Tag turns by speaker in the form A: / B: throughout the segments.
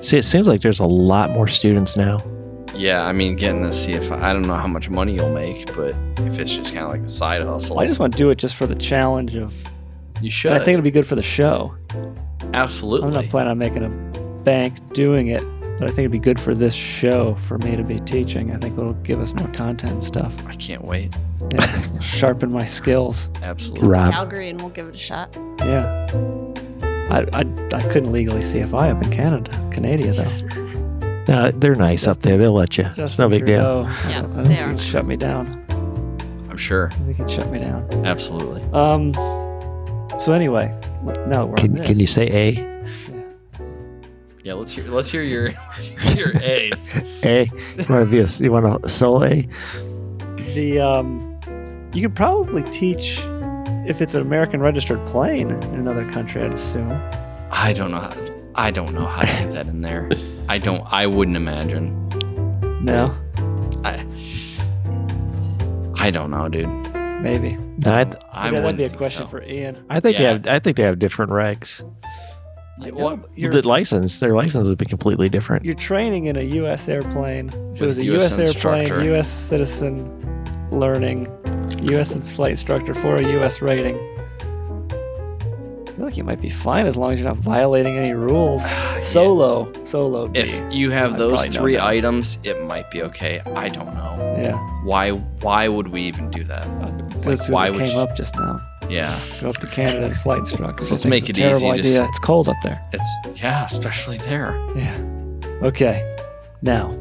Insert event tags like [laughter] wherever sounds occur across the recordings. A: See, it seems like there's a lot more students now.
B: Yeah, I mean, getting to see if I don't know how much money you'll make, but if it's just kind of like a side hustle,
C: Well, I just want to do it just for the challenge of.
B: you should.
C: and I think it'll be good for the show. I'm not
B: absolutely.
C: planning on making a bank doing it, but I think it'd be good for this show for me to be teaching. I think it'll give us more content and stuff.
B: I can't wait.
A: [laughs]
C: Yeah. Sharpen my skills.
B: Absolutely.
A: Rob,
D: Calgary, and we'll give it a shot.
C: Yeah. I, I, I couldn't legally CFI up in Canada, Canada though.
A: no, Uh, they're nice up there. They'll let you. it's no big deal.
D: Yeah,
C: yeah,
D: they are
C: Shut
D: nice.
C: me down.
B: I'm sure.
C: I think he'd shut me down.
B: Absolutely.
C: Um. So anyway, now that we're on
A: Can,
C: this,
A: can you say A?
B: Yeah, let's hear. Let's hear your. [laughs] Let's hear
C: [laughs]
B: your A's.
A: A? You want to be a, you want a sole A?
C: the um, you could probably teach if it's an American registered plane in another country, I'd assume.
B: I don't know. How, I don't know how to get that in there. I don't. I wouldn't imagine.
C: No,
B: I. I don't know, dude.
C: maybe.
A: No, I, th-
B: I
C: yeah,
B: wouldn't
C: that'd be a
B: think
C: question
B: so.
C: for Ian.
A: I think
B: Yeah.
A: they have. I think they have different regs.
B: Yeah,
C: [sighs]
B: well,
C: You're-
A: the license, their license would be completely different.
C: You're training in a U.S. airplane. If it
B: With
C: was a
B: US
C: U.S. airplane,
B: instructor.
C: U.S. citizen, learning, U.S. ins- flight instructor for a U.S. rating. I feel like you might be fine as long as you're not violating
B: [sighs]
C: any rules. Solo, solo. B.
B: if you have
C: I'd
B: those
C: probably know
B: three
C: that.
B: items, it might be okay. I don't know.
C: yeah,
B: Why? Why would we even do that?
C: that's
B: why
C: why it
B: would
C: came
B: you-
C: up just now.
B: Yeah.
C: Go up to Canada and flight instructor.
B: Let's
C: I think
B: make
C: it's a
B: it
C: terrible
B: easy, just-
C: Idea. It's cold up there.
B: It's yeah, especially there.
C: Yeah. Okay. Now,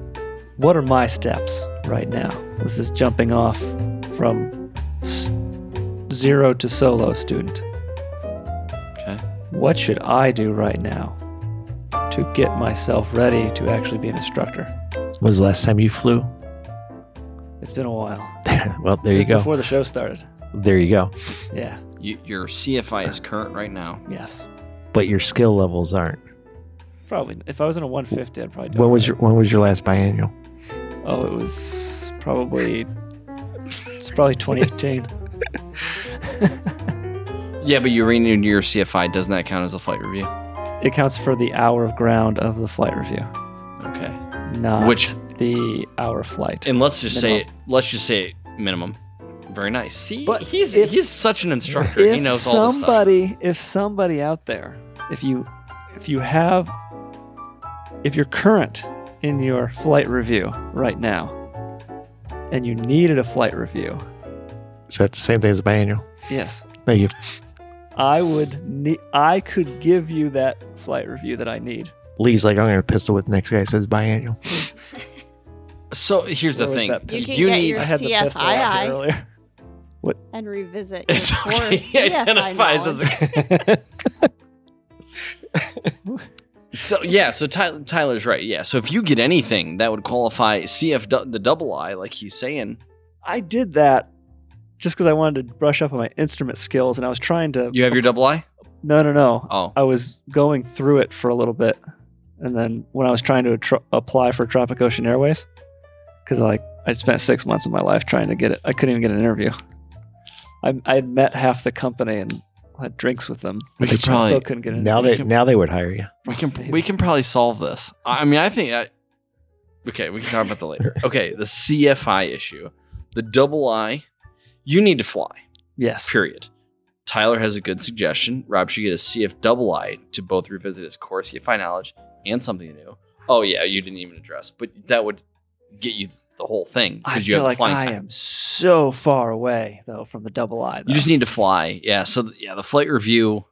C: what are my steps right now? This is jumping off from s- zero to solo student.
B: Okay.
C: What should I do right now to get myself ready to actually be an instructor?
A: When was the last time you flew? [laughs]
C: It's been a while.
A: well, there
C: It
A: you
C: was
A: go.
C: Before the show started.
A: There you go.
C: Yeah.
B: You, your CFI is current right now.
C: Yes.
A: But your skill levels aren't.
C: Probably. If I was in a 150, I'd probably. Do
A: When
C: it
A: was
C: right.
A: your When was your last biannual?
C: Oh, it was probably. It's probably 2018.
B: Yeah, but you renewed your CFI. Doesn't that count as a flight review?
C: it counts for the hour of ground of the flight review.
B: Okay.
C: not
B: Which-
C: the hour flight.
B: And let's just say, let's just say minimum. Very nice. See,
C: But
B: he's
C: if-
B: he's such an instructor.
C: if
B: he knows all this stuff.
C: somebody, if somebody out there, if you, if you have, if you're current in your flight review right now, and you needed a flight review,
A: Is that the same thing as a biannual?
C: yes,
A: No, you.
C: I would need, I could give you that flight review that I need.
A: Lee's like, I'm gonna pistol with the next guy that says
C: [laughs]
A: biannual.
B: So here's the
C: Where was
B: thing.
C: that
D: You can
C: pistol?
B: You
D: get
B: need-
D: your
C: I had the pistol out here
D: CFII
C: earlier. [laughs]
D: and revisit
B: [laughs]
D: your
B: It's
D: core
B: okay. He
D: CFI
B: identifies as
D: knowledge.
B: a. [laughs] so yeah, so Ty- Tyler's right. Yeah, so if you get anything that would qualify CF du- the double I, like he's saying,
C: I did that just because I wanted to brush up on my instrument skills, and I was trying to.
B: you have your double I.
C: No, no, no.
B: Oh,
C: I was going through it for a little bit, and then when I was trying to atro- apply for Tropic Ocean Airways, because like I spent six months of my life trying to get it, I couldn't even get an interview. I I had met half the company and had drinks with them.
B: We could
C: I still
B: probably-
C: couldn't get an
A: Now
B: You
A: they
B: can-
A: Now they would hire you.
B: we can we can probably solve this. I I mean, I think. I, okay, we can talk about that
C: [laughs]
B: later. Okay, the CFI issue, the double I, you need to fly.
C: Yes.
B: period. Tyler has a good suggestion. Rob should get a CF double I to both revisit his core CFI knowledge and something new. Oh yeah, you didn't even address, but that would get you the whole thing
C: I
B: you
C: feel like I am so far away though from the double I.
B: You just need to fly. Yeah. So th- yeah, the flight review.
C: Like-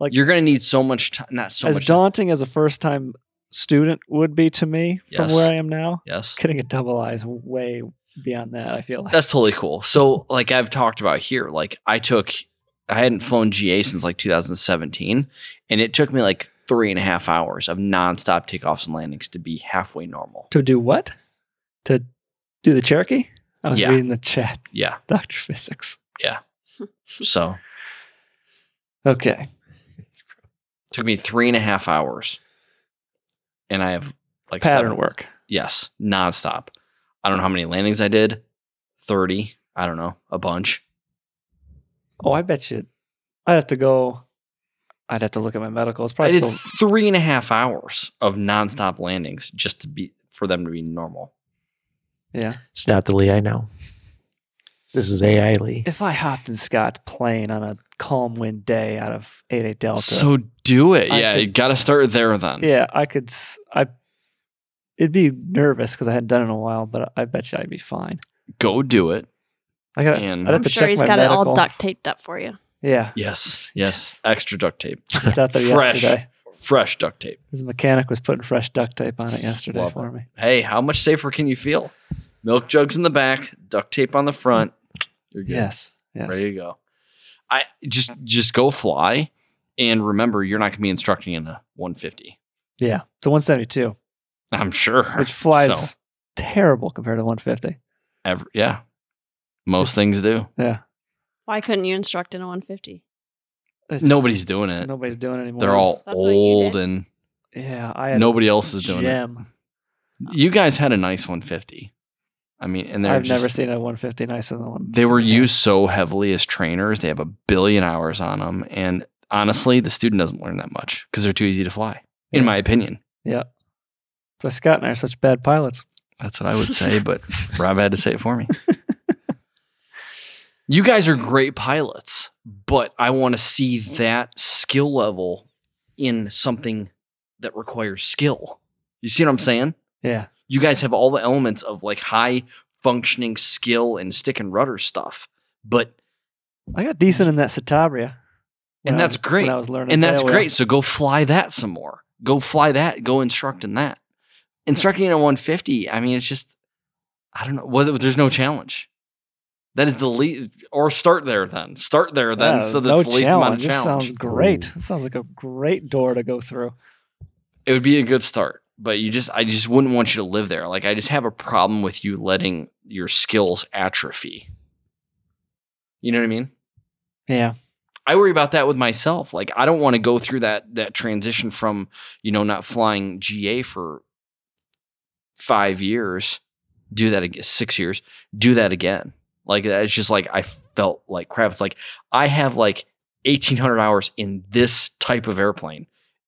B: Like you're gonna need so much time. Not so
C: as
B: much. time.
C: daunting as a first time student would be to me from
B: Yes.
C: where I am now.
B: Yes.
C: Getting a double I is way beyond that. I feel like
B: That's totally cool. So, like I've talked about here, like I took, I hadn't flown GA since like 2017, and it took me like three and a half hours of nonstop takeoffs and landings to be halfway normal.
C: To do what? To do the Cherokee? I was
B: Yeah.
C: reading the chat, [laughs]
B: Yeah.
C: Dr. Physics.
B: So
C: Okay.
B: took me three and a half hours, and I have like
C: Pattern
B: seven,
C: work.
B: Yes, nonstop. I don't know how many landings I did. Thirty. I don't know. A bunch.
C: Oh, I bet you I'd have to go. I'd have to look at my medical. It's
B: I
C: probably
B: did
C: still
B: three and a half hours of nonstop landings just to be for them to be normal.
C: yeah.
A: It's not the Lee I know. This is AI Lee.
C: If I hopped in Scott's plane on a calm wind day out of 88 Delta,
B: So do it.
C: I
B: yeah,
C: could-
B: you got to start there then.
C: yeah, I could. s- I it'd be nervous because I hadn't done it in a while, but I bet you I'd be fine.
B: Go do it.
C: I got.
B: And-
C: I'd have
D: I'm
C: to
D: sure
C: check
D: he's
C: my
D: got it
C: medical.
D: all duct taped up for you.
C: Yeah,
B: Yes. Yes. Extra duct tape. [laughs]
C: just out there
B: Fresh.
C: yesterday.
B: Fresh duct tape.
C: His mechanic was putting fresh duct tape on it yesterday
B: Love
C: for
B: it.
C: me.
B: Hey, how much safer can you feel? Milk jugs in the back, duct tape on the front. You're good.
C: Yes. Yes.
B: Ready to go. I just just go fly and remember you're not going to be instructing in a 150.
C: Yeah. It's a 172,
B: I'm sure.
C: which flies
B: So,
C: terrible compared to 150.
B: every, yeah. Most
C: It's-
B: things do.
D: Why couldn't you instruct in a 150?
C: It's just-
B: Nobody's doing it.
C: nobody's doing it anymore.
B: They're all
D: That's what you
B: old
D: did.
B: and
C: Yeah. I had
B: nobody else is doing it.
C: gem.
B: You guys had a nice 150. I mean, and they're
C: I've
B: just
C: never seen a 150 nicer than one.
B: they were
C: yeah.
B: used so heavily as trainers. They have a billion hours on them, and honestly, the student doesn't learn that much because they're too easy to fly, in
C: Yeah.
B: my opinion.
C: So Scott and I are such bad pilots.
B: That's what I would say, but
C: [laughs]
B: Rob had to say it for me. You guys are great pilots, but I want to see that skill level in something that requires skill. You see what I'm saying?
C: Yeah.
B: You guys have all the elements of like high functioning skill and stick and rudder stuff, but
C: I got decent in that Citabria.
B: And
C: when I
B: that's
C: was-
B: great.
C: When I was learning,
B: and that's
C: tailwheel.
B: great. So go fly that some more. Go fly that. Go instruct in that. Instructing at 150. I mean, it's just I don't know. Whether there's no challenge. That is the least, or start there then. Start there then.
C: Yeah,
B: so that's
C: no
B: the least amount of
C: challenge. This
B: challenge.
C: sounds great. This sounds like a great door to go through.
B: it would be a good start, but you just I just wouldn't want you to live there. Like I just have a problem with you letting your skills atrophy. You know what I mean?
C: Yeah.
B: I worry about that with myself. Like I don't want to go through that that transition from, you know, not flying GA for 5 years, do that again 6 years, do that again. Like it's just like I felt like crap. It's like I have like 1800 hours in this type of airplane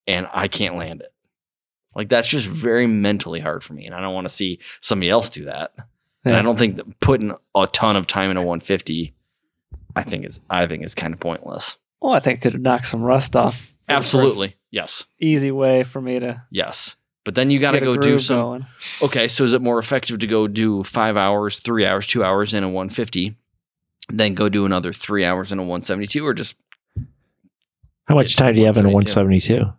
B: and I can't land it. Like that's just very mentally hard for me and I don't want to see somebody else do that. And I
C: Yeah.
B: don't think that putting a ton of time into 150 I think is I think is kind of pointless.
C: Well, I think it could knock some rust off. for the first
B: Absolutely. Yes.
C: Easy way for me to
B: Yes. But then you got to
C: get a
B: go do
C: groove
B: some.
C: going.
B: Okay. So is it more effective to go do five hours, three hours, two hours in a 150, then go do another three hours in a 172 or just
A: How much time do you have in a
B: 172?
A: 172?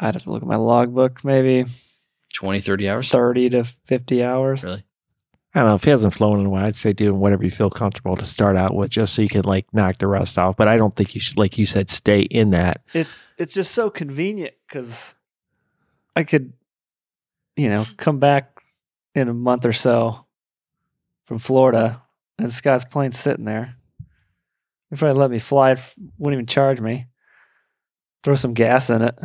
C: I'd have to look at my logbook. Maybe
B: 20, 30 hours?
C: thirty to fifty hours.
B: Really?
A: I don't know. If he hasn't flown in a while, I'd say do whatever you feel comfortable to start out with, just so you can like knock the rust off. But I don't think you should, like you said, stay in that.
C: It's it's just so convenient because I could, you know, come back in a month or so from Florida, and Scott's plane's sitting there. He'd probably let me fly. it, Wouldn't even charge me. Throw some gas in it,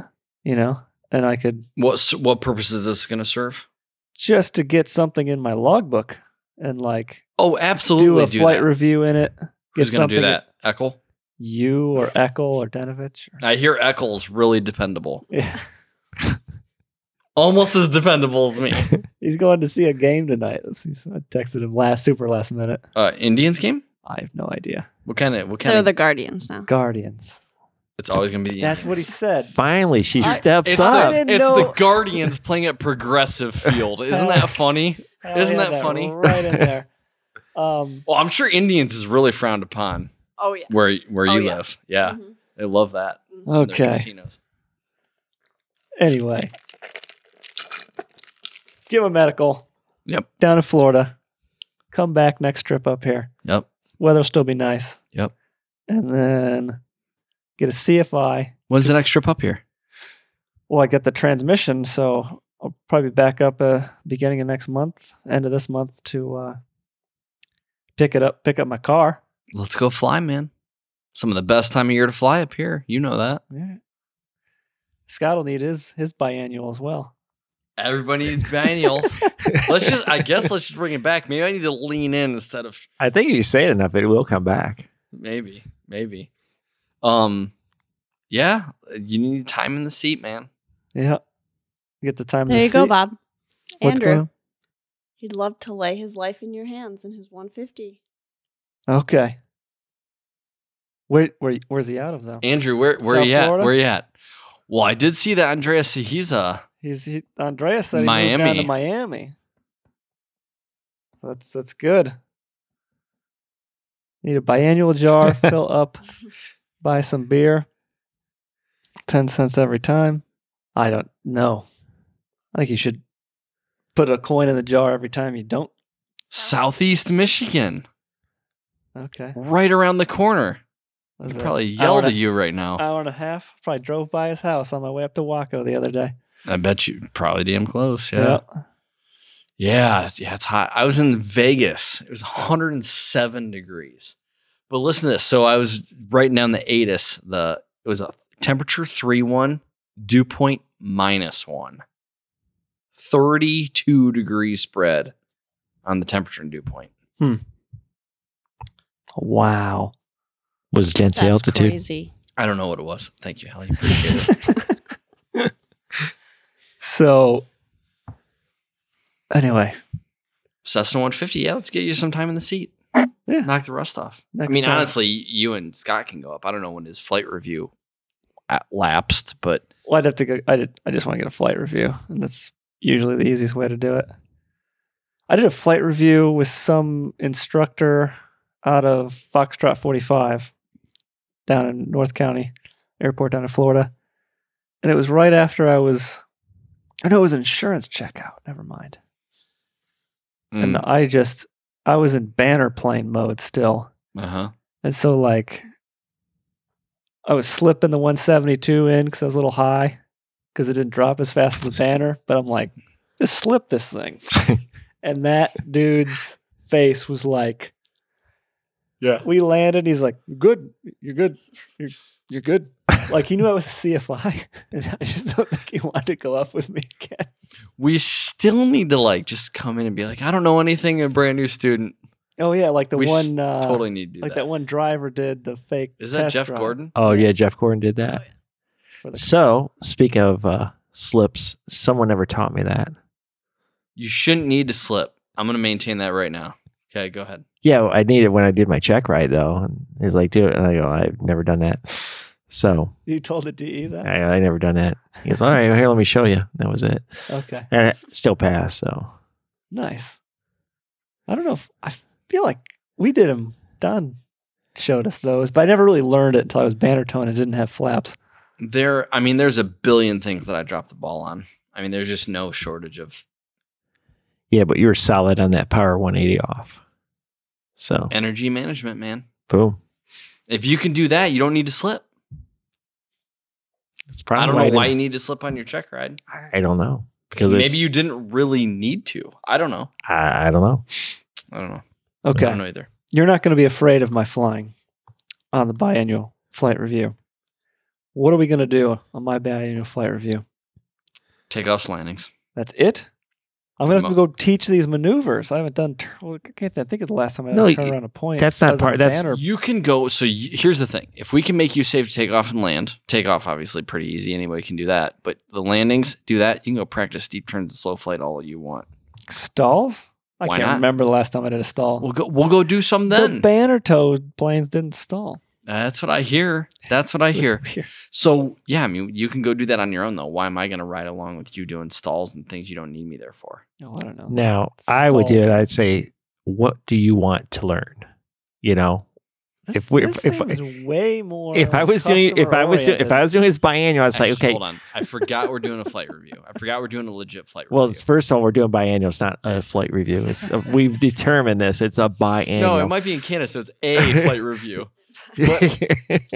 C: you know, and I could
B: What, s- what purpose is this going to serve?
C: just to get something in my logbook and like
B: Oh, absolutely.
C: do a flight
B: that.
C: review in it.
B: Who's
C: get
B: going to do
C: something-
B: that? Eckel?
C: You
B: [laughs]
C: or Eckel or Denovich. Or,
B: I hear Eckel's really dependable.
C: [laughs] yeah.
B: Almost as dependable as me. [laughs]
C: He's going to see a game tonight. Let's see. So I texted him last super last minute.
B: Uh, Indians game?
C: I have no idea.
B: What kind of, what kind
D: They're
B: of,
D: the guardians now.
C: Guardians.
B: it's always going to be the
C: That's what
B: [laughs]
C: he
B: Indians.
C: said.
A: Finally, she
D: I-
A: steps
B: It's,
C: I
A: up.
B: the,
C: didn't
B: it's the
C: know-
B: Guardians playing at Progressive Field. Isn't
C: [laughs]
B: that funny?
C: Hell
B: Isn't that funny?
C: Oh, Right in there.
B: [laughs]
C: Um,
B: Well, I'm sure Indians is really frowned upon
D: Oh, yeah.
B: where where
D: Oh,
B: you
D: yeah.
B: live. Yeah,
D: Mhm.
B: they love that. in their
C: Um, okay.
B: casinos.
C: Anyway, give a medical.
B: Yep.
C: Down to Florida. Come back next trip up here.
B: Yep.
C: Weather'll still be nice.
B: Yep.
C: And then get a CFI.
B: When's the next trip up here?
C: Well, I get the transmission, so I'll probably back up uh, beginning of next month, end of this month to uh, pick it up, pick up my car.
B: Let's go fly, man. Some of the best time of year to fly up here. You know that.
C: Scott will need his his biannual as well.
B: Everybody needs
C: [laughs]
B: biennials. let's just, I guess, let's just bring it back. Maybe I need to lean in instead of
A: I think if you say it enough, it will come back.
B: maybe, maybe. Um, Yeah, you need time in the seat, man.
C: Yeah. You get the time. in
D: There
C: the
D: you go,
C: seat.
D: Bob.
C: What's
D: Andrew,
C: going
D: he'd love to lay his life in your hands in his 150.
C: on? Okay. Wait, where, where's he out of though?
B: Andrew, where where
C: South
B: you at?
C: Florida?
B: Where you at? Well, I did see that uh, Andrea Sejiza.
C: He's he, Andreas said he moved down to
B: Miami.
C: Miami. That's that's good. Need a biannual
B: [laughs]
C: jar, fill up, buy some beer. Ten cents every time. I don't know. I think you should put a coin in the jar every time you don't.
B: Southeast Michigan,
C: Okay.
B: right around the corner.
C: What
B: I'd
C: is that,
B: probably
C: hour
B: yelled
C: and a-
B: at you right now.
C: Hour and a half. Probably drove by his house on my way up to Waco the other day.
B: I bet you probably damn close. Yeah. Yeah, it's- yeah, it's hot. I was in Vegas. It was 107 degrees. But listen to this. So I was writing down the ATIS. The it was a temperature three one, dew point minus one. 32 degree spread on the temperature and dew point.
C: Wow.
A: Was dense altitude?
D: crazy.
B: I don't know what it was. Thank you, Hallie.
C: so anyway,
B: [laughs] Cessna 150. Yeah, let's get you some time in the seat.
C: Yeah.
B: Knock the rust off.
C: next
B: I mean,
C: time-
B: honestly, you and Scott can go up. I don't know when his flight review at- lapsed, but
C: well, I'd have to go. I did. I just want to get a flight review, and that's usually the easiest way to do it. I did a flight review with some instructor out of Foxtrot 45 down in North County Airport down in Florida, and it was right after I was. I know it was insurance checkout. Never mind. And I just I was in banner plane mode still.
B: uh huh.
C: And so like I was slipping the 172 in because I was a little high because it didn't drop as fast as the banner. But I'm like, just slip
B: [laughs]
C: this thing. and that dude's face was like,
B: Yeah.
C: we landed. He's like, you're good. You're good. You're, you're good. Like he knew I was a CFI. And I [laughs] just don't think he wanted to go up with me again.
B: We still need to like just come in and be like, I don't know anything. A brand new student
C: Oh yeah, like the
B: We s-
C: one uh,
B: totally need to do
C: like that.
B: that.
C: one driver did the fake.
B: Is that
C: test
B: Jeff
C: drive
B: Gordon?
A: Oh yeah,
C: Yes.
A: Jeff Gordon did that.
C: for the-
A: So speaking of uh, slips, someone never taught me that.
B: You shouldn't need to slip. I'm gonna maintain that right now. Okay, go ahead.
A: Yeah, I need it when I did my check right though. And he's like, do it. And I go, I've never done that. So
C: You told the DE that.
A: I, I never done that. He goes, all right, here, let me show you. And That was it.
C: Okay.
A: And it still passed. So
C: Nice. I don't know if I feel like we did them. Don showed us those, but I never really learned it until I was banner tone and didn't have flaps.
B: There, I mean, there's a billion things that I dropped the ball on. I mean, there's just no shortage of
A: yeah, but you were solid on that power 180 off. So
B: energy management, man.
A: boom.
B: If you can do that, you don't need to slip.
A: It's
B: I
A: probably
B: don't know why you
A: didn't-
B: need to slip on your check ride.
A: I don't know because
B: Maybe
A: it's,
B: you didn't really need to. I don't know.
A: I, I don't know.
B: I don't know. I
C: Okay.
B: don't know either.
C: You're not going to be afraid of my flying on the biannual flight review. What are we going to do on my biannual flight review?
B: Takeoffs, landings.
C: That's it? I'm
B: For the
C: going to have to go teach these maneuvers. I haven't done. Tur- well, I can't think- I think it's the last time I
A: No,
C: no, turned
A: y-
C: around a point.
A: that's not
C: other than
A: part- that's-
C: banner.
B: You can go. So you, here's the thing: if we can make you safe to take off and land, take off obviously pretty easy. Anybody can do that. But the landings, do that. You can go practice steep turns and slow flight all you want.
C: stalls. I
B: Why
C: can't
B: not?
C: remember the last time I did a stall.
B: We'll go. We'll go do some
C: The
B: then.
C: banner towed planes didn't stall.
B: That's what I hear. That's what I
C: It was
B: hear.
C: weird.
B: So yeah, I mean, you can go do that on your own though. Why am I going to ride along with you doing stalls and things you don't need me there for?
C: No, I don't know.
A: Now I would do
C: Stall.
A: it. I'd say, what do you want to learn? You know,
C: This,
A: if we-
C: this
A: if- if-
C: seems way more.
A: if I was doing if I was doing, if I was doing this biannual, I was like,
B: Actually,
A: okay,
B: hold on. I forgot we're doing a flight review. I forgot we're doing a legit flight review.
A: well, it's, first of all, we're doing biannual. It's not a flight review. It's a, we've determined this. It's a biannual.
B: no, it might be in Canada, so it's a
A: [laughs]
B: flight review.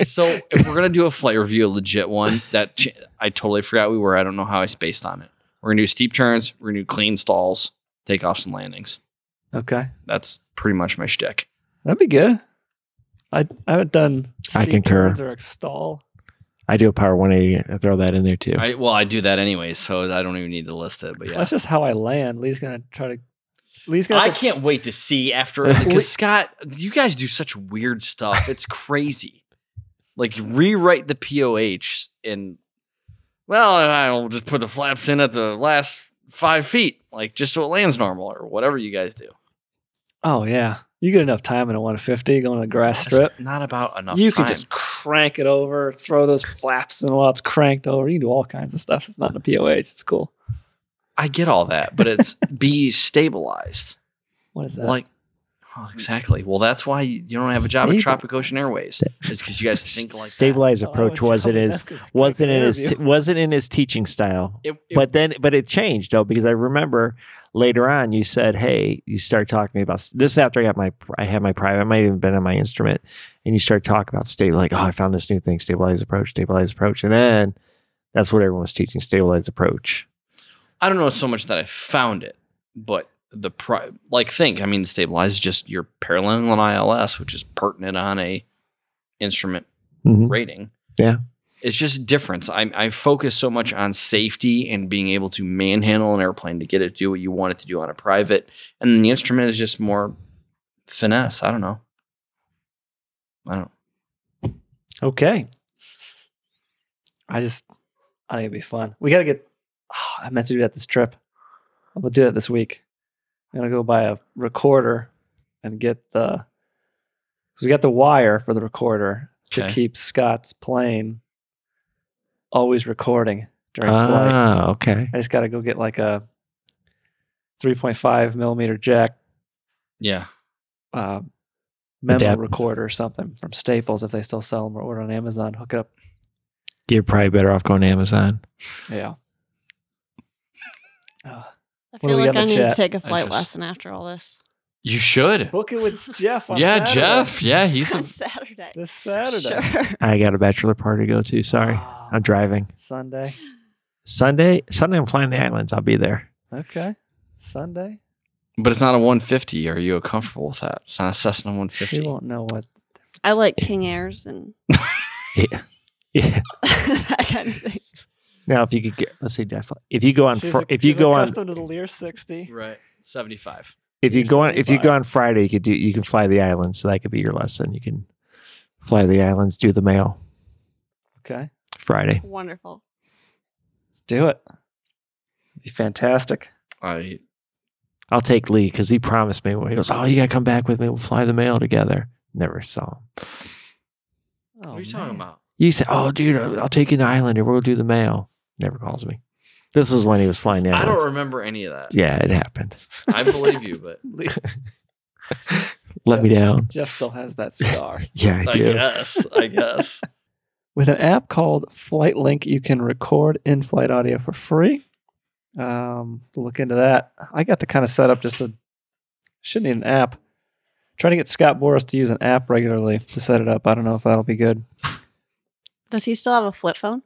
B: So if we're gonna do a flight review, a legit one that ch- I totally forgot we were. I don't know how I spaced on it. We're gonna do steep turns. We're gonna do clean stalls, takeoffs and landings.
C: okay,
B: That's pretty much my shtick.
C: that'd be good. I I haven't done.
A: I
C: steep
A: concur.
C: turns Or a stall.
A: I do a power 180. I throw that in there too.
B: I, well, I do that anyway, so I don't even need to list it. But yeah,
C: That's just how I land. Lee's gonna try to. Lee's gonna.
B: I
C: have to-
B: can't wait to see after
A: Le-
B: because Scott, you guys do such weird stuff. It's crazy. Like rewrite the POH and well, I'll just put the flaps in at the last five feet, like just so it lands normal or whatever you guys do.
C: Oh yeah, you get enough time in a 150 going to a grass strip.
B: It's not about enough.
C: You
B: time.
C: can just crank it over, throw those flaps in while it's cranked over. You can do all kinds of stuff. It's not a POH. It's cool.
B: I get all that, but
C: [laughs]
B: it's be stabilized.
C: What is that?
B: Like oh, exactly. Well, that's why you you don't have a job at
A: Stable-
B: Tropic Ocean Airways. Is because you guys
C: [laughs]
B: think like that.
A: Stabilized
C: Oh,
A: approach
C: I
A: was it
B: [laughs]
C: know,
A: is
C: [laughs] that's 'cause I
A: wasn't in his
C: interview.
A: wasn't in his teaching style.
B: It, it-
A: But then, but it changed though because I remember later on you said, "Hey," you start talking to me about this is after I got my I had my private. I might have even been on my instrument, and you start talking about stable. Like, oh, I found this new thing: stabilized approach, stabilized approach, and then that's what everyone was teaching: stabilized approach.
B: I don't know so much that I found it, but the pri- like think I mean the stabilized is just your paralleling ILS, which is pertinent on a instrument
A: Mhm.
B: rating.
A: Yeah.
B: It's just difference. I, I focus so much on safety and being able to manhandle an airplane to get it to do what you want it to do on a private. And then the instrument is just more finesse. I don't know. I don't.
C: Okay. I just, I think it'd be fun. We gotta get. ah, I meant to do that this trip. I'm gonna do that this week. I'm gonna go buy a recorder and get the. So we got the wire for the recorder to
B: Okay.
C: keep Scott's plane always recording during flight.
A: Ah, okay.
C: I just gotta go get like a 3.5 millimeter jack
B: Yeah.
C: uh, memo
A: Adapt-
C: recorder or something from Staples if they still sell them or order on Amazon. Hook it up.
A: You're probably better off going to Amazon.
C: Yeah. Uh,
D: I
C: What do
D: feel
C: we got
D: like
C: in
D: I
C: the
D: need
C: chat?
D: to take a flight
B: just-
D: lesson after
B: [laughs]
D: all this.
B: You should.
C: book it [laughs] with Jeff. On
B: Yeah,
C: Saturday.
B: Jeff. Yeah, he's
C: [laughs]
B: a,
D: on Saturday.
C: This Saturday.
D: Sure.
A: I got a bachelor party to go to. Sorry,
C: Ah,
A: I'm driving
C: Sunday.
A: Sunday. Sunday, I'm flying the islands. I'll be there. [laughs]
C: Okay. Sunday.
B: but it's not a 150. Are you comfortable with that? It's not a Cessna
C: She
B: 150.
C: won't know what.
D: I like King Airs and [laughs]
A: Yeah.
D: that kind of thing.
A: Now, if you could get, let's see, Jeff, if you go on,
C: She's
A: fr-
C: ac-
A: if you
C: she's
A: go on,
C: accustomed to the Lear 60.
B: Right. 75.
A: if you
C: You're
A: go on, if you go
C: 75.
A: on Friday, you could do, you can fly the islands. So that could be your lesson. You can fly the islands, do the mail
C: Okay.
A: Friday.
D: Wonderful.
C: Let's do it. Be fantastic.
B: I
A: I'll take Lee because he promised me when he goes, oh, you got to come back with me. We'll fly the mail together. Never saw him.
C: Oh,
B: what are you talking
C: man.
B: about?
A: You said, oh, dude, I'll I'll take you to Islander. we'll do the mail. Never calls me. This was when he was flying the
B: I
A: islands.
B: don't remember any of that.
A: yeah, it happened.
B: I believe you, but
C: Le- [laughs]
A: [laughs] Let me down.
C: Jeff still has that scar.
A: Yeah, [laughs] I
B: I
A: do.
B: guess. I guess.
C: With an app called Flight Link, you can record in flight audio for free. Um, look into that. I got the kind of setup just to, shouldn't need an app. Trying to get Scott Boris to use an app regularly to set it up. I don't know if that'll be good.
D: Does he still have a flip phone?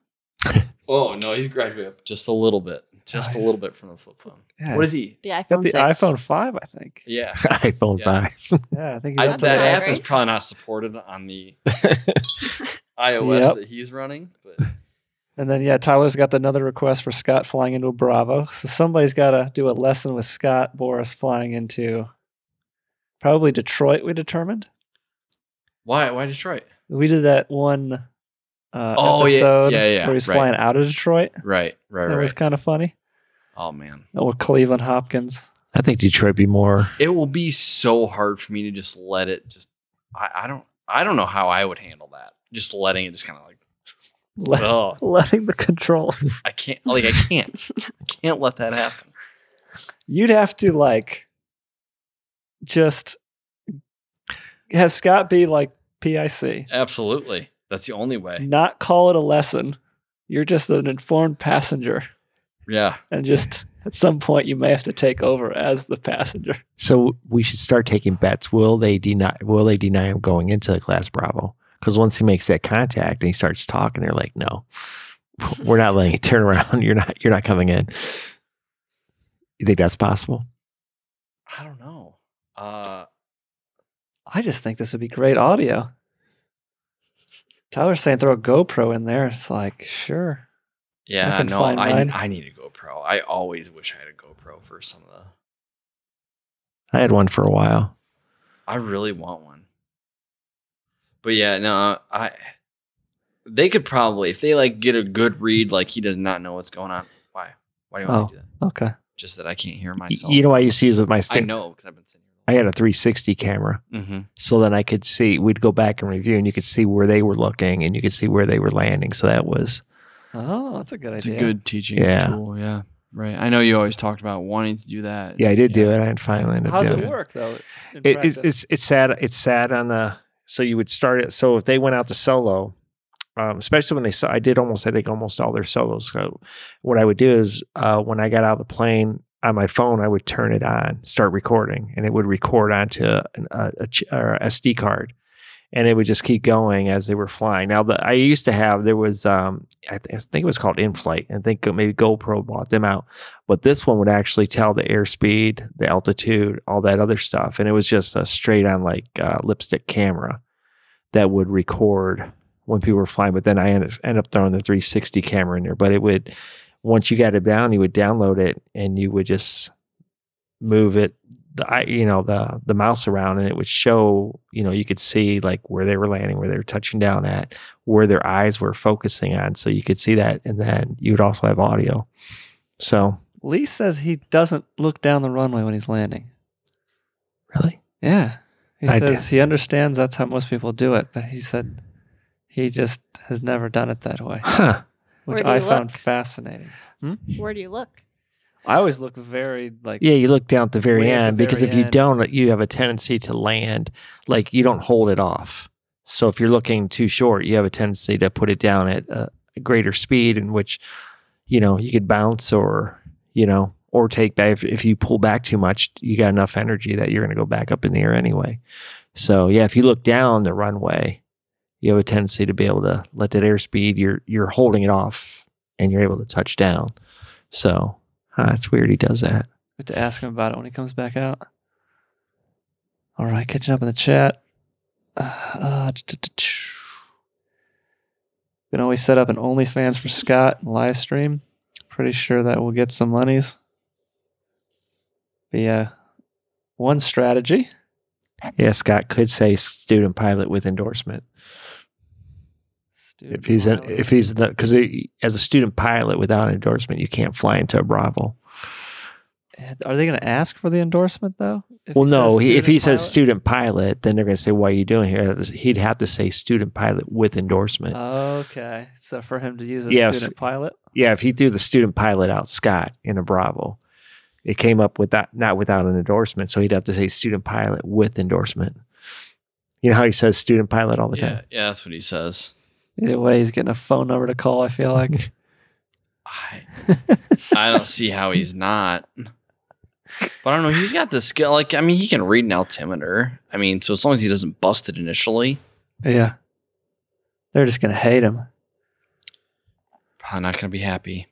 B: Oh no, he's graduated up just a little bit, just a
C: Nice.
B: little bit from the flip phone.
C: Yeah,
B: What is he?
D: The iPhone
C: got the
D: 6.
C: iPhone 5, I think. [laughs]
A: [laughs]
B: Yeah,
A: iPhone
B: Yeah.
A: 5.
C: Yeah, I think he's
B: I,
C: up
B: that
C: to
D: about
B: app
D: right.
B: is probably not supported on the iOS
C: Yep.
B: that he's running. But
C: And then, yeah, Tyler's got another request for Scott flying into a Bravo. So somebody's got to do a lesson with Scott Boris flying into probably Detroit, we determined.
B: why? Why Detroit?
C: We did that one uh,
B: Oh, yeah,
C: episode
B: yeah, yeah,
C: where he's
B: right.
C: flying out of Detroit.
B: Right, right,
C: That was
B: right.
C: kind of funny.
B: Oh man,
C: Or Cleveland Hopkins.
A: [laughs] I think Detroit be more.
B: it will be so hard for me to just let it. Just I, I don't. I don't know how I would handle that. Just letting it just kind of like
C: [laughs] Let-
B: oh
C: Letting the controls.
B: I can't like I
C: [laughs]
B: can't I can't let that happen.
C: You'd have to like just have Scott be like PIC.
B: Absolutely, that's the only way.
C: Not call it a lesson. You're just an informed passenger.
B: Yeah.
C: And just at some point you may have to take over as the passenger.
A: So we should start taking bets. Will they deny? Will they deny him going into the class Bravo? Because once he makes that contact and he starts talking, they're like, "No, [laughs] we're not letting you turn around. [laughs] You're not. You're not coming in." You think that's possible?
B: I don't know. Uh,
C: I just think this would be great audio. Tyler's saying throw a GoPro in there. It's like, sure.
B: yeah,
C: can
B: no,
C: find
B: I
C: mine.
B: I need a GoPro. I always wish I had a GoPro for some of the.
A: I had one for a while.
B: I really want one. But yeah, no, I They could probably, if they like get a good read, like he does not know what's going on. Why? Why do I want to do that?
C: Okay.
B: Just that I can't hear
A: Oh. Y-
B: myself.
A: You know why you see this with my
B: I
A: sta-
B: know because I've been sitting.
A: I had a 360 camera,
B: Mm-hmm.
A: so then I could see. We'd go back and review, and you could see where they were looking, and you could see where they were landing. So that was
C: Oh, that's a good
B: It's
C: idea.
B: a good teaching
A: Yeah.
B: tool. Yeah. Right. I know you always talked about wanting to do that.
A: yeah, I did do it. I finally ended up
C: How's
A: doing
C: it
A: it.
C: work though? in
A: It, it,
C: practice?
A: it's it's sad. It's sad on the. So you would start it. So if they went out to solo, um, especially when they saw, I did almost I think almost all their solos. So what I would do is uh, when I got out of the plane on my phone, I would turn it on, start recording, and it would record onto an, a, a, ch- or a SD card. And it would just keep going as they were flying. Now, the, I used to have there was um, I, th- I think it was called InFlight. I think uh, maybe GoPro bought them out, but this one would actually tell the airspeed, the altitude, all that other stuff, and it was just a straight on like uh, lipstick camera that would record when people were flying. But then I end, end up throwing the 360 camera in there. But it would once you got it down, you would download it and you would just move it, the I you know the the mouse around, and it would show you know you could see like where they were landing, where they were touching down at, where their eyes were focusing on, so you could see that, and then you would also have audio. So
C: Lee says he doesn't look down the runway when he's landing.
A: really,
C: Yeah. He
A: I d-
C: says he understands that's how most people do it, but he said he just has never done it
A: [laughs]
C: that way,
A: huh?
C: which
D: Where do you
C: I found
D: look?
C: fascinating.
D: Where do you look?
C: I always look very like
A: Yeah, you look down at the very
C: Way at the
A: end because
C: very
A: if you
C: end.
A: don't, you have a tendency to land like you don't hold it off. So if you're looking too short, you have a tendency to put it down at a a greater speed, in which you know you could bounce or you know or take that. If, if you pull back too much, you got enough energy that you're going to go back up in the air anyway. So yeah, if you look down the runway, you have a tendency to be able to let that airspeed you're you're holding it off and you're able to touch down. So huh, it's weird he does that.
C: I have to ask him about it when he comes back out. All right, catching up in the chat. Uh, t- t- t- Can always set up an OnlyFans for Scott and live stream. Pretty sure that will get some monies. But yeah, one strategy.
A: Yeah, Scott could say student pilot with endorsement
C: Student
A: if he's in,
C: pilot.
A: if he's because as a student pilot without endorsement you can't fly into a Bravo.
C: are they going to ask for the endorsement though? If
A: well, no,
C: says
A: he, if he
C: student
A: says
C: pilot?
A: student pilot, then they're going to say, "Why are you doing here?" He'd have to say student pilot with endorsement.
C: Uh. Okay, so for him to use a
A: Yes.
C: student pilot.
A: yeah, if he threw the student pilot out, Scott in a Bravo, it came up with that not without an endorsement, so he'd have to say student pilot with endorsement. You know how he says student pilot all the
B: Yeah.
A: time.
B: Yeah. That's what he says.
C: Either way, he's getting a phone number to call. I feel like.
B: I, I don't see how he's not. But I don't know. He's got the skill. Like, I mean, he can read an altimeter. I mean, so as long as he doesn't bust it initially,
C: Yeah. They're just going to hate him.
B: probably not going to be happy.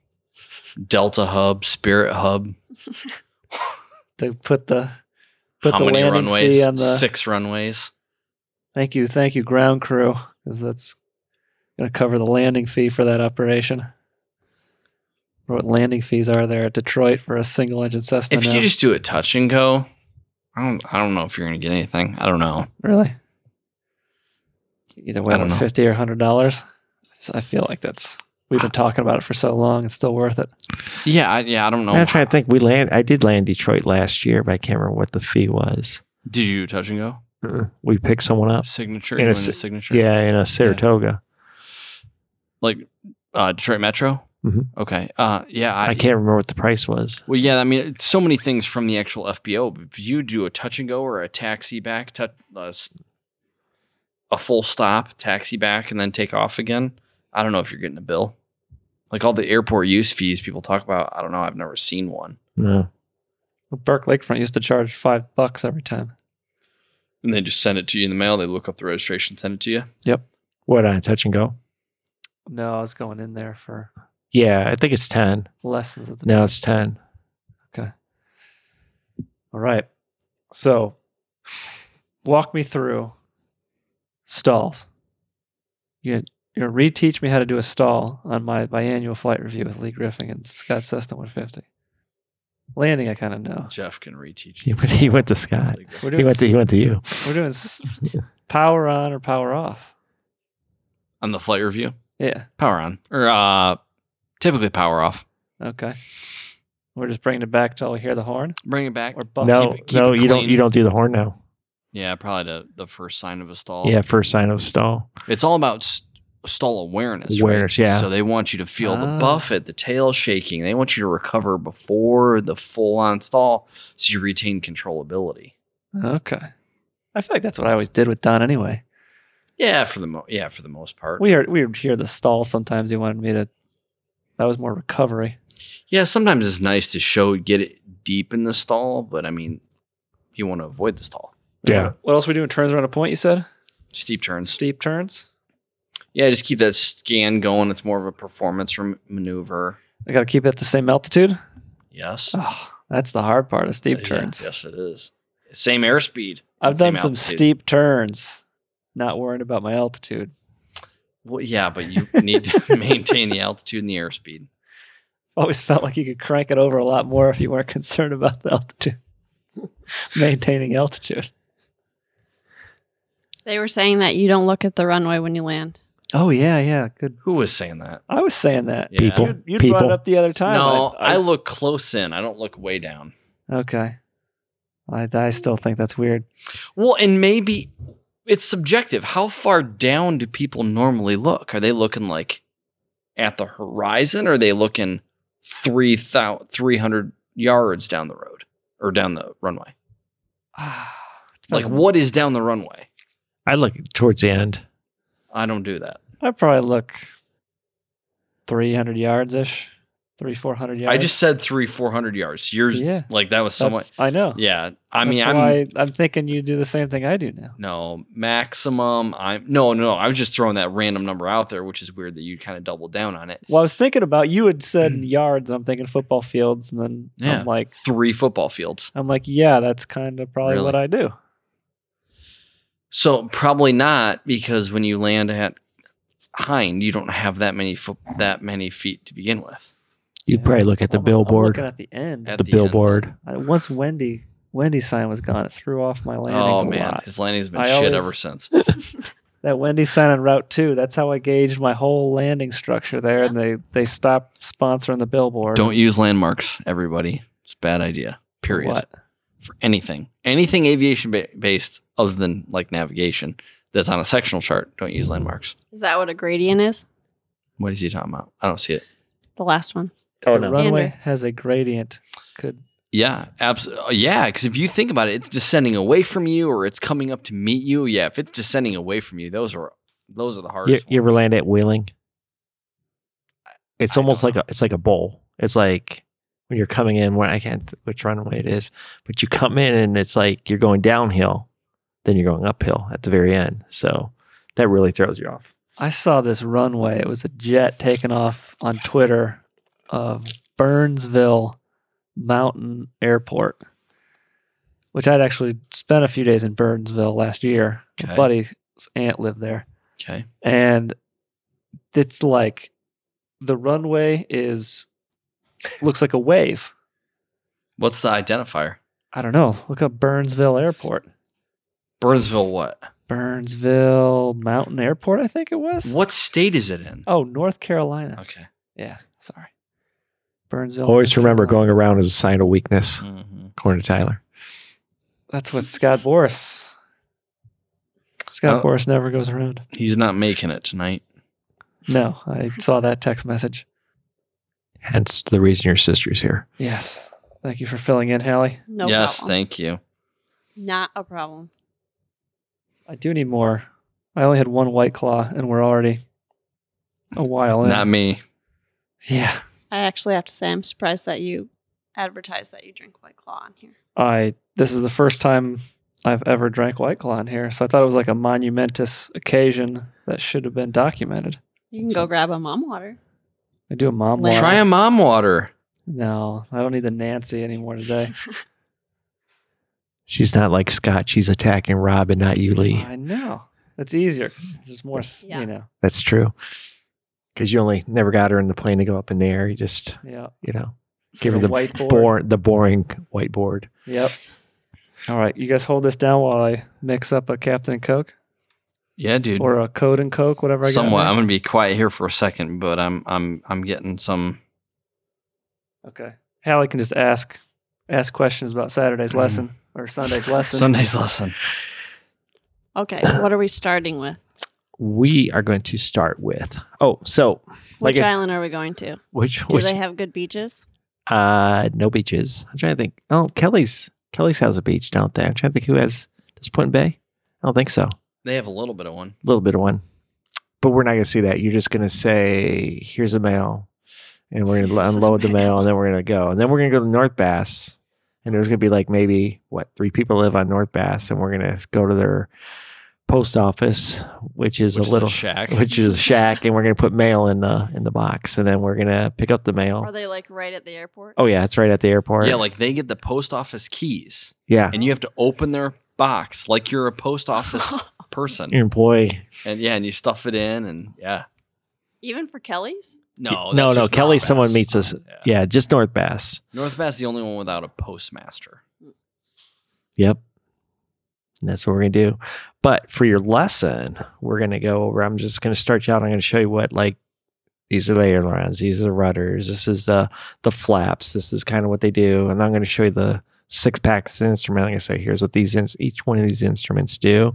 B: Delta Hub, Spirit Hub.
C: They put the put
B: how
C: the
B: many
C: landing
B: runways?
C: fee on the
B: Six runways.
C: Thank you, thank you ground crew cuz that's going to cover the landing fee for that operation. What landing fees are there at Detroit for a single engine Cessna?
B: If
C: now?
B: you just do a touch and go, I don't. I don't know if you're going to get anything. I don't know.
C: really? Either way,
B: I don't
C: what,
B: know.
C: 50 or 100 dollars. I feel like that's we've been talking about it for so long it's still worth it.
B: Yeah. I, yeah. I don't know.
A: I'm trying to think. We land. I did land Detroit last year, but I can't remember what the fee was.
B: Did you touch and go?
A: Uh, We picked someone up.
B: Signature.
A: In
B: you
A: a
B: went
A: si-
B: to signature.
A: Yeah, in a Saratoga.
B: Like uh, Detroit Metro.
C: Mm-hmm.
A: Mhm.
B: Okay. Uh, yeah.
A: I, can't remember what the price was.
B: Well, yeah, I mean, it's so many things from the actual FBO. but If you do a touch and go or a taxi back, tou- uh, s- a full stop, taxi back, and then take off again, I don't know if you're getting a bill. Like all the airport use fees people talk about, I don't know. I've never seen one.
A: No.
C: Burke Lakefront used to charge 5 bucks every time.
B: And they just send it to you in the mail. They look up the registration, send it to you.
A: What on a touch and go?
C: No, I was going in there for
A: Yeah, I think it's ten.
C: lessons at the
A: Now it's ten.
C: All right. So walk me through stalls. You you reteach me how to do a stall on my biannual flight review with Lee Griffin and Scott Cessna 150. Landing, I kind of know.
B: Jeff can reteach.
A: He went- [laughs] he went to Scott. He
C: We're doing,
A: went to he
C: s-
A: went to you. [laughs]
C: we're doing s- power on or power off.
B: On the flight review?
C: Yeah.
B: Power on or uh, typically power off.
C: Okay. We're just bringing it back till we hear the horn
B: Bring it back.
C: or buff.
A: no,
B: keep it- keep
A: no,
B: it
A: you don't.
B: clean.
A: You don't do the horn now.
B: Yeah, probably the, the first sign of a stall.
A: Yeah, first sign of stall.
B: It's all about st- stall awareness. right?
A: Awareness, yeah.
B: So they want you to feel
C: Ah.
B: the buffet, the tail shaking. They want you to recover before the full on stall so you retain controllability.
C: Okay. I feel like that's what I always did with Don anyway.
B: Yeah, for the mo- yeah, for the most part.
C: We heard we would hear the stall sometimes. He wanted me to. That was more recovery.
B: yeah, sometimes it's nice to show get it deep in the stall, but I mean, you want to avoid the stall.
A: Yeah.
C: What else we doing? Turns around a point. You said
B: Steep turns.
C: steep turns.
B: Yeah, just keep that scan going. It's more of a performance rem- maneuver.
C: I got to keep it at the same altitude.
B: Yes.
C: Oh, that's the hard part of steep
B: Yeah,
C: turns.
B: Yes, it is. Same airspeed.
C: I've
B: Same
C: done some
B: altitude.
C: steep turns, not worrying about my altitude. [laughs]
B: Well, yeah, but you need to maintain the altitude and the airspeed.
C: Always felt like you could crank it over a lot more if you weren't [laughs] concerned about the altitude, [laughs] maintaining altitude.
D: They were saying that you don't look at the runway when you land.
C: Oh yeah, yeah, good.
B: Who was saying that?
C: I was saying that.
B: Yeah.
A: People.
C: You, you brought it
A: People.
C: up the other time.
B: No,
C: I-
B: I, look close in. I don't look way down.
C: Okay. I, I still think that's weird. [sighs]
B: Well, and maybe it's subjective. How far down do people normally look? Are they looking like at the horizon or are they looking three thousand three hundred yards down the road or down the runway?
C: Um,
B: Like, what is down the runway?
A: I look towards the end.
B: I don't do that.
C: I probably look 300 yards ish, three, 400 yards.
B: I just said three, 400 yards. Yours,
C: yeah.
B: like, that was somewhat.
C: that's- I know.
B: Yeah. I mean,
C: That's
B: I'm.
C: why I'm thinking you do the same thing I do now.
B: No, maximum. I'm no, no. I was just throwing that random number out there, which is weird that you kind of doubled down on it.
C: Well, I was thinking about you had said yards. I'm thinking football fields, and then
B: Mm. Yeah.
C: I'm like,
B: Three football fields.
C: I'm like, yeah, that's kind of probably
B: Really?
C: what I do.
B: So probably not because when you land at Hind, you don't have that many foot that many feet to begin with.
A: You
C: Yeah.
A: probably look at the
C: I'm- I'm
A: billboard.
C: looking at the end.
B: At
A: the,
B: the end.
A: billboard.
C: I, once Wendy, Wendy's sign was gone, it threw off my landings
B: Oh
C: a
B: man,
C: lot.
B: his landing's been
C: I
B: shit
C: always-
B: ever
C: [laughs]
B: since.
C: that Wendy's sign on Route Two. That's how I gauged my whole landing structure there, and they they stopped sponsoring the billboard.
B: don't use landmarks, everybody. It's a bad idea. Period.
C: What?
B: For anything, anything aviation ba- based other than like navigation that's on a sectional chart, don't use landmarks.
D: Is that what a gradient is?
B: What is he talking about? I don't see it.
D: The last one.
A: Oh,
C: the
A: no.
C: runway
D: Andrew.
C: has a gradient. Could
B: Yeah, absolutely. Yeah, because if you think about it, it's descending away from you, or it's coming up to meet you. Yeah, if it's descending away from you, those are those are the
A: You,
B: hardest.
A: you ever
B: ones.
A: land at Wheeling? It's
B: I
A: almost
B: don't
A: like a it's like a bowl. It's like when you're coming in. When I can't th- which runway it is, but you come in and it's like you're going downhill, then you're going uphill at the very end. So that really throws you off.
C: I saw this runway? It was a jet taking off on Twitter of Burnsville Mountain Airport, which I'd actually spent a few days in Burnsville last year.
B: Okay.
C: My buddy's aunt lived there.
B: Okay.
C: and it's like the runway is looks like a wave.
B: What's the identifier?
C: I don't know. Look up Burnsville Airport.
B: Burnsville. What?
C: Burnsville Mountain Airport, I think it was.
B: What state is it in?
C: Oh, North Carolina.
B: Okay.
C: Yeah, sorry. Burnsville.
A: Always
C: North
A: remember
C: Carolina.
A: going around is a sign of weakness,
B: Mhm.
A: according to Tyler.
C: That's what Scott Boris. Scott
B: Oh.
C: Boris never goes around.
B: He's not making it tonight.
C: No,
B: [laughs]
C: I saw that text message.
A: Hence the reason your sister's here.
C: Yes. Thank you for filling in, Hallie.
D: No
B: yes,
D: problem.
B: thank you.
D: Not a problem.
C: I do need more. I only had one white claw and we're already a while in.
B: Not me.
C: Yeah,
D: I actually have to say I'm surprised that you advertise that you drink White Claw on here.
C: I. This is the first time I've ever drank White Claw in here, so I thought it was like a monumentous occasion that should have been documented.
D: You can go grab a mom water.
C: I do a mom
D: Like-
C: water.
B: Try a mom water.
C: No, I don't need the Nancy anymore today.
A: She's not like Scott. She's attacking Rob and not you, Lee.
C: I know it's easier 'cause there's more. s
D: Yeah.
C: You know,
A: That's true. Because you only never got her in the plane to go up in the air. You just
C: yeah.
A: you know give her
C: The
A: the
C: whiteboard.
A: bore, the boring whiteboard.
C: Yep. All right, you guys hold this down while I mix up a Captain Coke.
B: Yeah, dude.
C: or a Code and Coke, whatever I got.
B: Somewhat.
C: there.
B: I'm gonna be quiet here for a second, but I'm I'm I'm getting some.
C: Okay. Hallie can just ask ask questions about Saturday's
B: Mm.
C: lesson or Sunday's lesson.
B: Sunday's [laughs] lesson.
D: Okay, what are we starting with?
A: We are going to start with oh, so Like
D: Which
A: I s-
D: island are we going to?
A: which
D: Do
A: which
D: they have good beaches?
A: uh no beaches. I'm trying to think. Oh, Kelly's Kelly's has a beach, don't they? I'm trying to think who has does Point Bay? I don't think so. A
B: They have a little bit of one.
A: little bit of one, but we're not going to see that. You're just going to say, "Here's a mail," and we're going to
D: Here's the
A: unload the mail,
D: mail.
A: and then we're going to go, and then we're going to go to North Bass, and there's going to be like maybe what three people live on North Bass, and we're going to go to their post office, which is
B: which
A: a little [laughs]
B: shack.
A: which is a shack, and we're gonna put mail in the in the box, and then we're gonna pick up the mail.
D: Are they like right at the airport?
A: Oh yeah, it's right at the airport.
B: yeah, like they get the post office keys,
A: yeah,
B: and you have to open their box like you're a
A: [laughs]
B: post office person,
A: your employee.
B: and yeah, and you stuff it in, and yeah.
D: Even for Kelly's?
B: No,
A: no,
B: that's
A: no.
B: just
A: Kelly,
B: North Bass.
A: someone meets us.
B: Yeah.
A: Yeah, just North Bass.
B: North Bass is the only one without a postmaster.
A: Yep, and that's what we're gonna do. But for your lesson, we're gonna go over. I'm just gonna start you out. I'm gonna show you what like these are the ailerons, these are the rudders, this is the the flaps. This is kind of what they do, and I'm gonna show you the six packs of instrument. I'm gonna say here's what these ins- each one of these instruments do,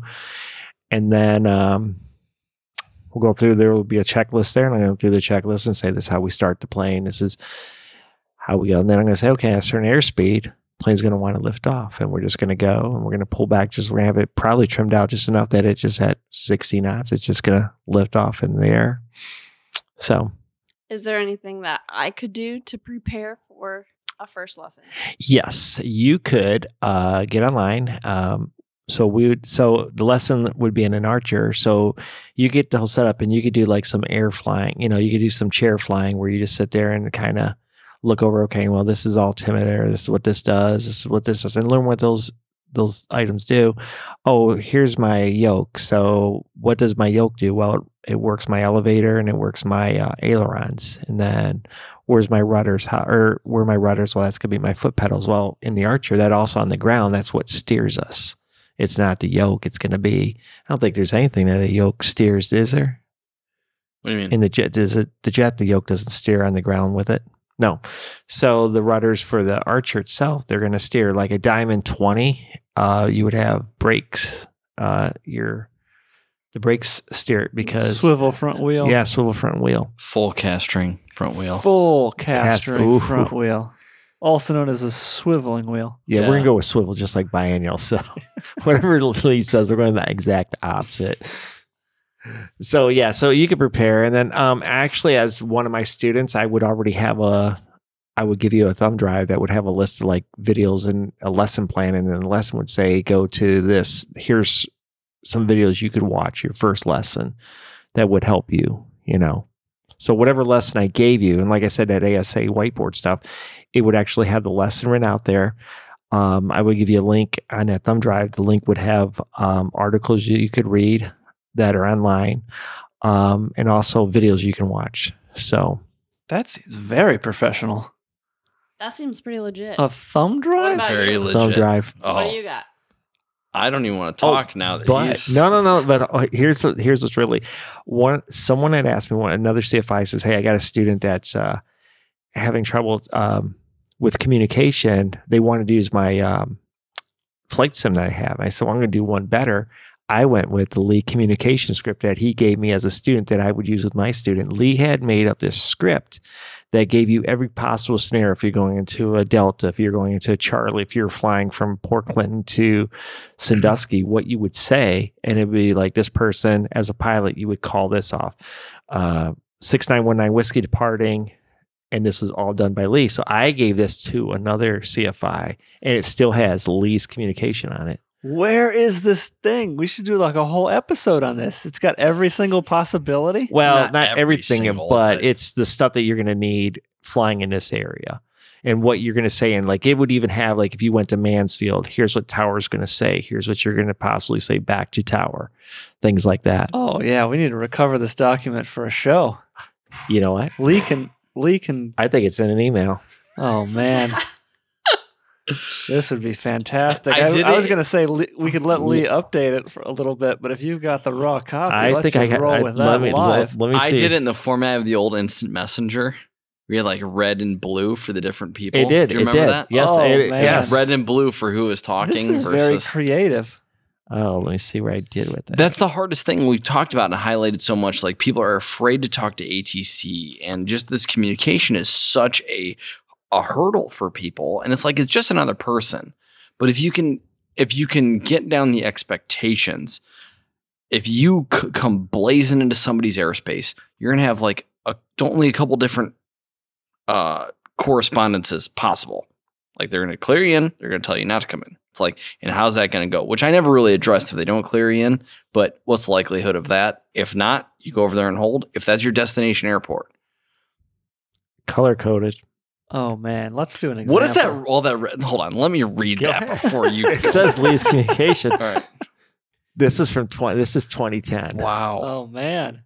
A: and then um, we'll go through. There will be a checklist there, and I'm gonna go through the checklist and say this is how we start the plane. This is how we go, and then I'm gonna say okay, at a certain airspeed, plane's gonna want to lift off, and we're just gonna go, and we're gonna pull back. Just we're gonna have it probably trimmed out just enough that it just at 60 knots. It's just gonna lift off in the air. So
D: Is there anything that I could do to prepare for a first lesson?
A: Yes, you could uh, get online. Um, so we would. So the lesson would be in an archer. So you get the whole setup, and you could do like some air flying. You know, you could do some chair flying where you just sit there and kind of look over. Okay, well, this is all timid air. This is what this does. This is what this does, and learn what those those items do. Oh, here's my yoke. So what does my yoke do? Well, it, it works my elevator and it works my uh, ailerons, and then where's my rudders how or where my rudders well that's going to be my foot pedals well in the archer that also on the ground that's what steers us it's not the yoke it's going to be i don't think there's anything that a yoke steers is there
B: What do you mean?
A: in the jet does it the jet the yoke doesn't steer on the ground with it no so the rudders for the archer itself they're going to steer like a diamond 20 uh you would have brakes uh your the brakes steer it because
C: swivel front wheel.
A: yeah swivel front wheel
B: Full castring front wheel.
C: Full caster
A: Ooh.
C: front wheel. Also known as a swiveling wheel.
A: Yeah, we're
B: Yeah.
A: gonna go with swivel just like biennial. So [laughs] whatever Lee says, we're going the exact opposite. So yeah, so you could prepare, and then um, actually, as one of my students, I would already have a, I would give you a thumb drive that would have a list of like videos and a lesson plan, and then the lesson would say, go to this. Here's some videos you could watch your first lesson that would help you. You know, so whatever lesson I gave you, and like I said, that ASA whiteboard stuff, it would actually have the lesson written out there. Um, I would give you a link on that thumb drive. The link would have um, articles you, you could read that are online, um, and also videos you can watch. So
C: That seems very professional.
D: That seems pretty legit.
C: A thumb
D: What
C: drive?
D: about
B: Very
D: you?
A: thumb
B: legit.
A: drive. Oh,
D: What
B: Oh,
D: do you got?
B: I don't even want to talk now that
A: But
B: he's
A: no, no, no. But uh, here's what- here's what's really one. Someone had asked me one another CFI says, "Hey, I got a student that's uh, having trouble um, with communication. They wanted to use my um, flight sim that I have." I said, well, "I'm going to do one better." I went with the Lee communication script that he gave me as a student that I would use with my student. Lee had made up this script that gave you every possible scenario if you're going into a Delta, if you're going into a Charlie, if you're flying from Port Clinton to Sandusky, what you would say, and it'd be like this person as a pilot, you would call this off. Uh, 6919 whiskey departing. And this was all done by Lee. So I gave this to another CFI and it still has Lee's communication on it.
C: Where is this thing? We should do like a whole episode on this. It's got every single possibility.
A: Well, not,
B: Not every
A: everything,
B: single,
A: but
B: but-
A: it's the stuff that you're going to need flying in this area and what you're going to say. And like it would even have, like, if you went to Mansfield, here's what Tower's going to say, here's what you're going to possibly say back to Tower, things like that.
C: Oh yeah, we need to recover this document for a show.
A: You know what?
C: Lee can Lee can
A: [laughs] I think it's in an email.
C: oh man. This would be fantastic.
B: I
C: I,
B: did
C: I was
B: it-
C: going to say Lee, we could let Lee update it for a little bit, but if you've got the raw copy,
A: I
C: let's
A: think I
C: just
A: got.
C: roll
A: I,
C: with
A: let
C: that
A: me
C: live.
A: let, let me see.
B: I did it in the format of the old instant messenger. We had like red and blue for the different people.
A: It did.
B: Do you
A: it
B: remember
A: did.
B: that?
A: Yes.
C: Oh,
A: it,
C: man.
B: Yes.
A: yes.
B: Red and blue for who was talking
C: this is very
B: versus.
C: creative.
A: Oh, let me see where I did with it.
B: That's the hardest thing we've talked about and highlighted so much. Like people are afraid to talk to ATC, and just this communication is such a a hurdle for people. And it's like it's just another person. But if you can if you can get down the expectations, if you c- come blazing into somebody's airspace, you're gonna have like a, only a couple different uh, correspondences possible. Like they're gonna clear you in, they're gonna tell you not to come in. It's like, and how's that gonna go? Which I never really addressed if they don't clear you in. But what's the likelihood of that? If not, you go over there and hold. If that's your destination airport,
A: color coded.
C: Oh man, let's do an example.
B: what is that? All that? Re- hold on, let me read
A: Go
B: that
A: ahead.
B: before you.
A: It says Lee's communication.
B: [laughs] all right.
A: This is from twenty. This is 2010.
B: Wow.
C: Oh man,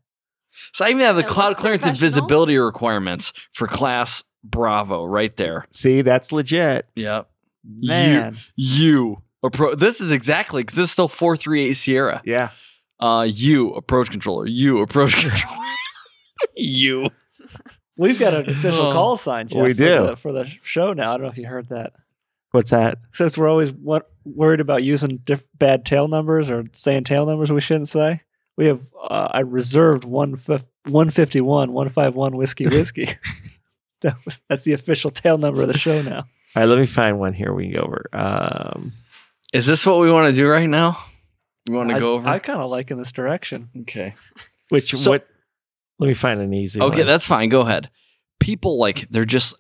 B: So I even have the
D: That
B: cloud
D: looks
B: clearance and
D: professional.
B: visibility requirements for class Bravo right there.
A: See, that's legit.
B: Yep.
C: man,
B: You appro This is exactly because this is still four three eight Sierra.
A: Yeah.
B: Uh, you approach controller. You approach [laughs] controller. you.
C: we've got an official
B: Oh.
C: call sign. Jeff,
A: We
C: for
A: do.
C: the, for the show now. I don't know if you heard that.
A: What's that?
C: Since we're always wo- worried about using diff- bad tail numbers or saying tail numbers we shouldn't say, we have uh, I reserved one fif- 151,
A: [laughs]
C: 151 whiskey whiskey. [laughs] that was, that's the official tail number of the show
B: [laughs]
C: now.
A: All right. Let me find one here. We can go over. Um,
B: Is this what we want to do right now? You want to
C: I-
B: go over?
C: I kind of like in this direction.
B: okay.
A: which
B: So-
A: what? Let me find an easy.
B: Okay,
A: one.
B: that's fine. Go ahead. People like they're just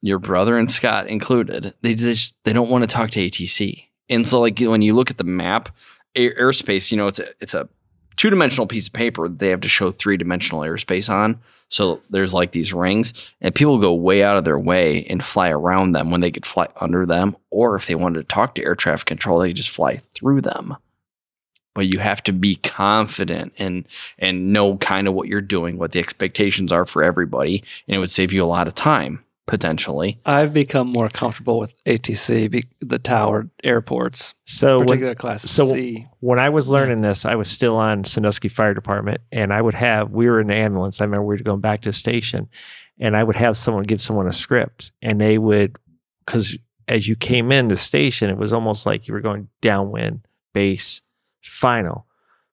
B: your brother and Scott included. They just they don't want to talk to ATC, and so like when you look at the map, air, airspace. You know, it's a it's a two dimensional piece of paper that they have to show three dimensional airspace on. So there's like these rings, and people go way out of their way and fly around them when they could fly under them, or if they wanted to talk to air traffic control, they could just fly through them. But you have to be confident and and know kind of what you're doing, what the expectations are for everybody, and it would save you a lot of time potentially.
C: I've become more comfortable with ATC, be- the tower airports,
A: So when,
C: particular class
A: so-
C: C.
A: when I was learning this, I was still on Sandusky Fire Department, and I would have we were in the ambulance. I remember we were going back to the station, and I would have someone give someone a script, and they would because as you came in the station, it was almost like you were going downwind, base, final.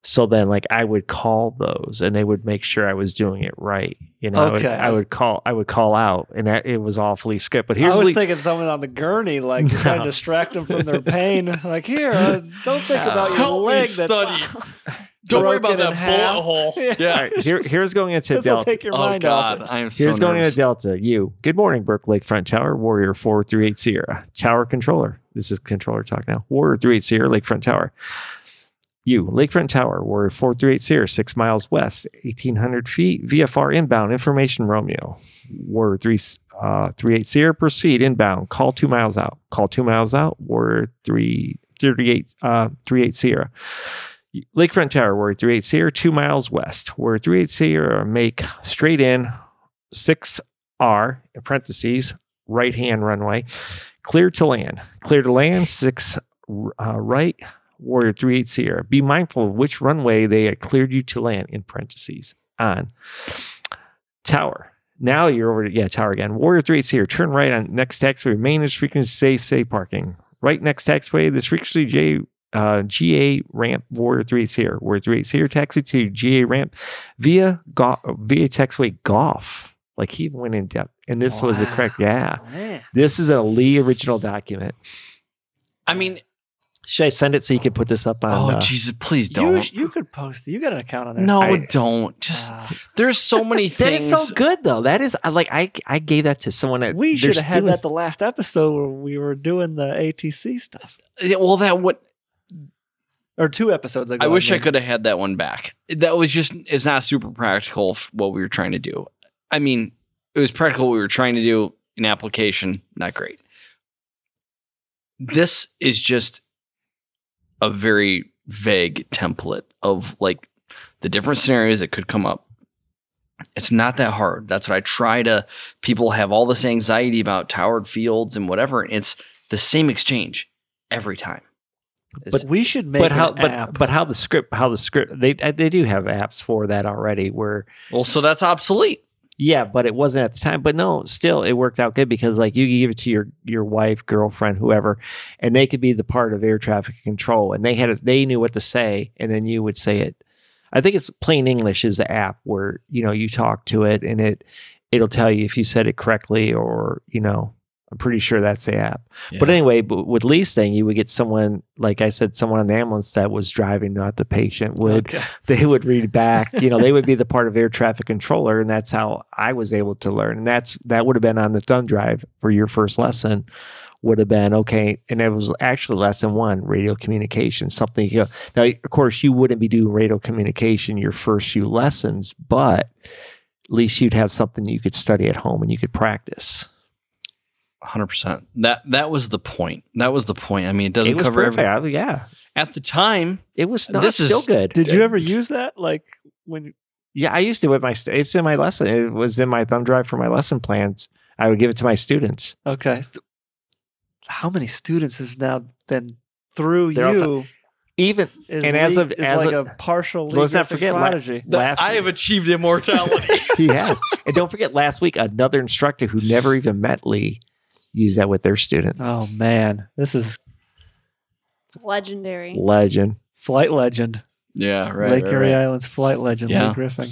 A: So then, like I would call those, and they would make sure I was doing it right. You know, I, would,
C: Okay.
A: I would call, I would call out, and that it was awfully script. But here's
C: I was
A: Lee-
C: thinking someone on the gurney, like to trying to
A: [laughs] No.
C: distract them from their pain. Like here, uh, don't think about your
B: Help me
C: leg.
D: [laughs]
B: study.
C: That's,
B: Don't worry about
C: Broken
B: that
C: in half.
B: bullet hole.
C: [laughs] Yeah.
A: all right, here, here's going into
C: this will
A: Delta.
C: take your
B: Oh
C: mind
B: God,
C: off.
B: I am so
A: Here's going into
B: nervous.
A: Delta. You. Good morning, Burke Lake Front Tower, Warrior 438 Sierra. Tower controller. This is controller talk now. Warrior 38 Sierra, Lakefront Tower. You, Lakefront Tower, Warrior 438 Sierra, six miles west, 1,800 feet, VFR inbound, information Romeo. Warrior 3, uh, 38 Sierra, proceed inbound, call two miles out. Call two miles out, Warrior 3, 38, uh, 38 Sierra. Lakefront Tower, Warrior 38 Sierra, two miles west. Warrior 38 Sierra, make straight in, 6R, in parentheses, right hand runway, clear to land. Clear to land, 6 uh, right, Warrior 38 Sierra. Be mindful of which runway they had cleared you to land, in parentheses, on. Tower. Now you're over to, yeah, tower again. Warrior 38 Sierra, turn right on next taxiway, remain as frequency safe, safe parking. Right next taxiway, this frequency J. Uh, GA ramp Warrior 38 Sierra, Warrior 38 Sierra, taxi to GA ramp via go- via taxiway golf. Like he went in depth, and this was the correct. Yeah,
C: Man.
A: this is a Lee original document.
B: I mean,
A: Should I send it so you can put this up on?
B: oh
A: uh,
B: Jesus, please
C: You,
B: don't.
C: you could post. You got an account on there.
B: no,
A: I-
B: don't. Just
C: Ah.
B: there's so
C: [laughs]
B: many
A: that
B: things.
A: is so good though. That is I like I I gave that to someone that
C: we
A: they're
C: should have had
A: doing-
C: that the last episode where we were doing the ATC stuff,
B: Yeah, well, that what
C: or two episodes ago.
B: I wish I
C: mean.
B: could have had that one back. That was just it's not super practical f- what we were trying to do. I mean, it was practical what we were trying to do in application, not great. This is just a very vague template of like the different scenarios that could come up. It's not that hard. That's what I try to people have all this anxiety about towered fields and whatever. It's the same exchange every time.
C: But
B: It's-
C: we should make
A: But how?
C: an
A: But
C: app.
A: but how the script? How the script? They they do have apps for that already. Where
B: well, so that's obsolete.
A: yeah, but it wasn't at the time. But no, still it worked out good because like you could give it to your your wife, girlfriend, whoever, and they could be the part of air traffic control, and they had a, they knew what to say, and then you would say it. I think it's plain English is the app where you know you talk to it and it it'll tell you if you said it correctly or you know I'm pretty sure that's the app. But anyway, but with Lee's thing, you would get someone, like I said, someone on the ambulance that was driving, not the patient, would
C: Okay.
A: they would read back. You know, they would be the part of air traffic controller, and that's how I was able to learn. And that's that would have been on the thumb drive for your first lesson. Would have been okay, and it was actually lesson one, radio communication. Something you go, now, of course, you wouldn't be doing radio communication your first few lessons, but at least you'd have something you could study at home and you could practice.
B: hundred percent. That that was the point. That was the point. I mean, it doesn't
A: it was
B: cover
A: perfect.
B: every.
A: I- yeah,
B: At the time,
A: it was not
B: This is-
A: still good.
C: Did
B: [laughs]
C: you ever use that? Like when
A: Yeah, I used to with my. St- it's in my lesson. It was in my thumb drive for my lesson plans. I would give it to my students.
C: okay, so how many students have now been through
A: They're all
C: you?
A: Even
C: Is
A: And as
C: Lee-
A: of-
C: is
A: as
C: like
A: of-
C: a partial.
A: let's
C: leader
A: not
C: for
A: forget, la-
C: prodigy.
B: the-
A: last
B: I have achieved immortality.
A: he has, and don't forget, last week another instructor who never even met Lee used that with their student.
C: Oh man, this is
D: Legendary.
A: Legend.
C: flight legend.
B: [laughs] yeah, right.
C: Lake
B: right,
C: Erie
B: right.
C: Island's flight legend,
B: Yeah.
C: Lee Griffin.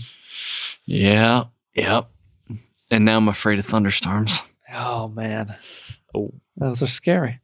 B: Yeah. Yep. And now I'm afraid of thunderstorms.
C: Oh man,
A: Oh.
C: those are scary.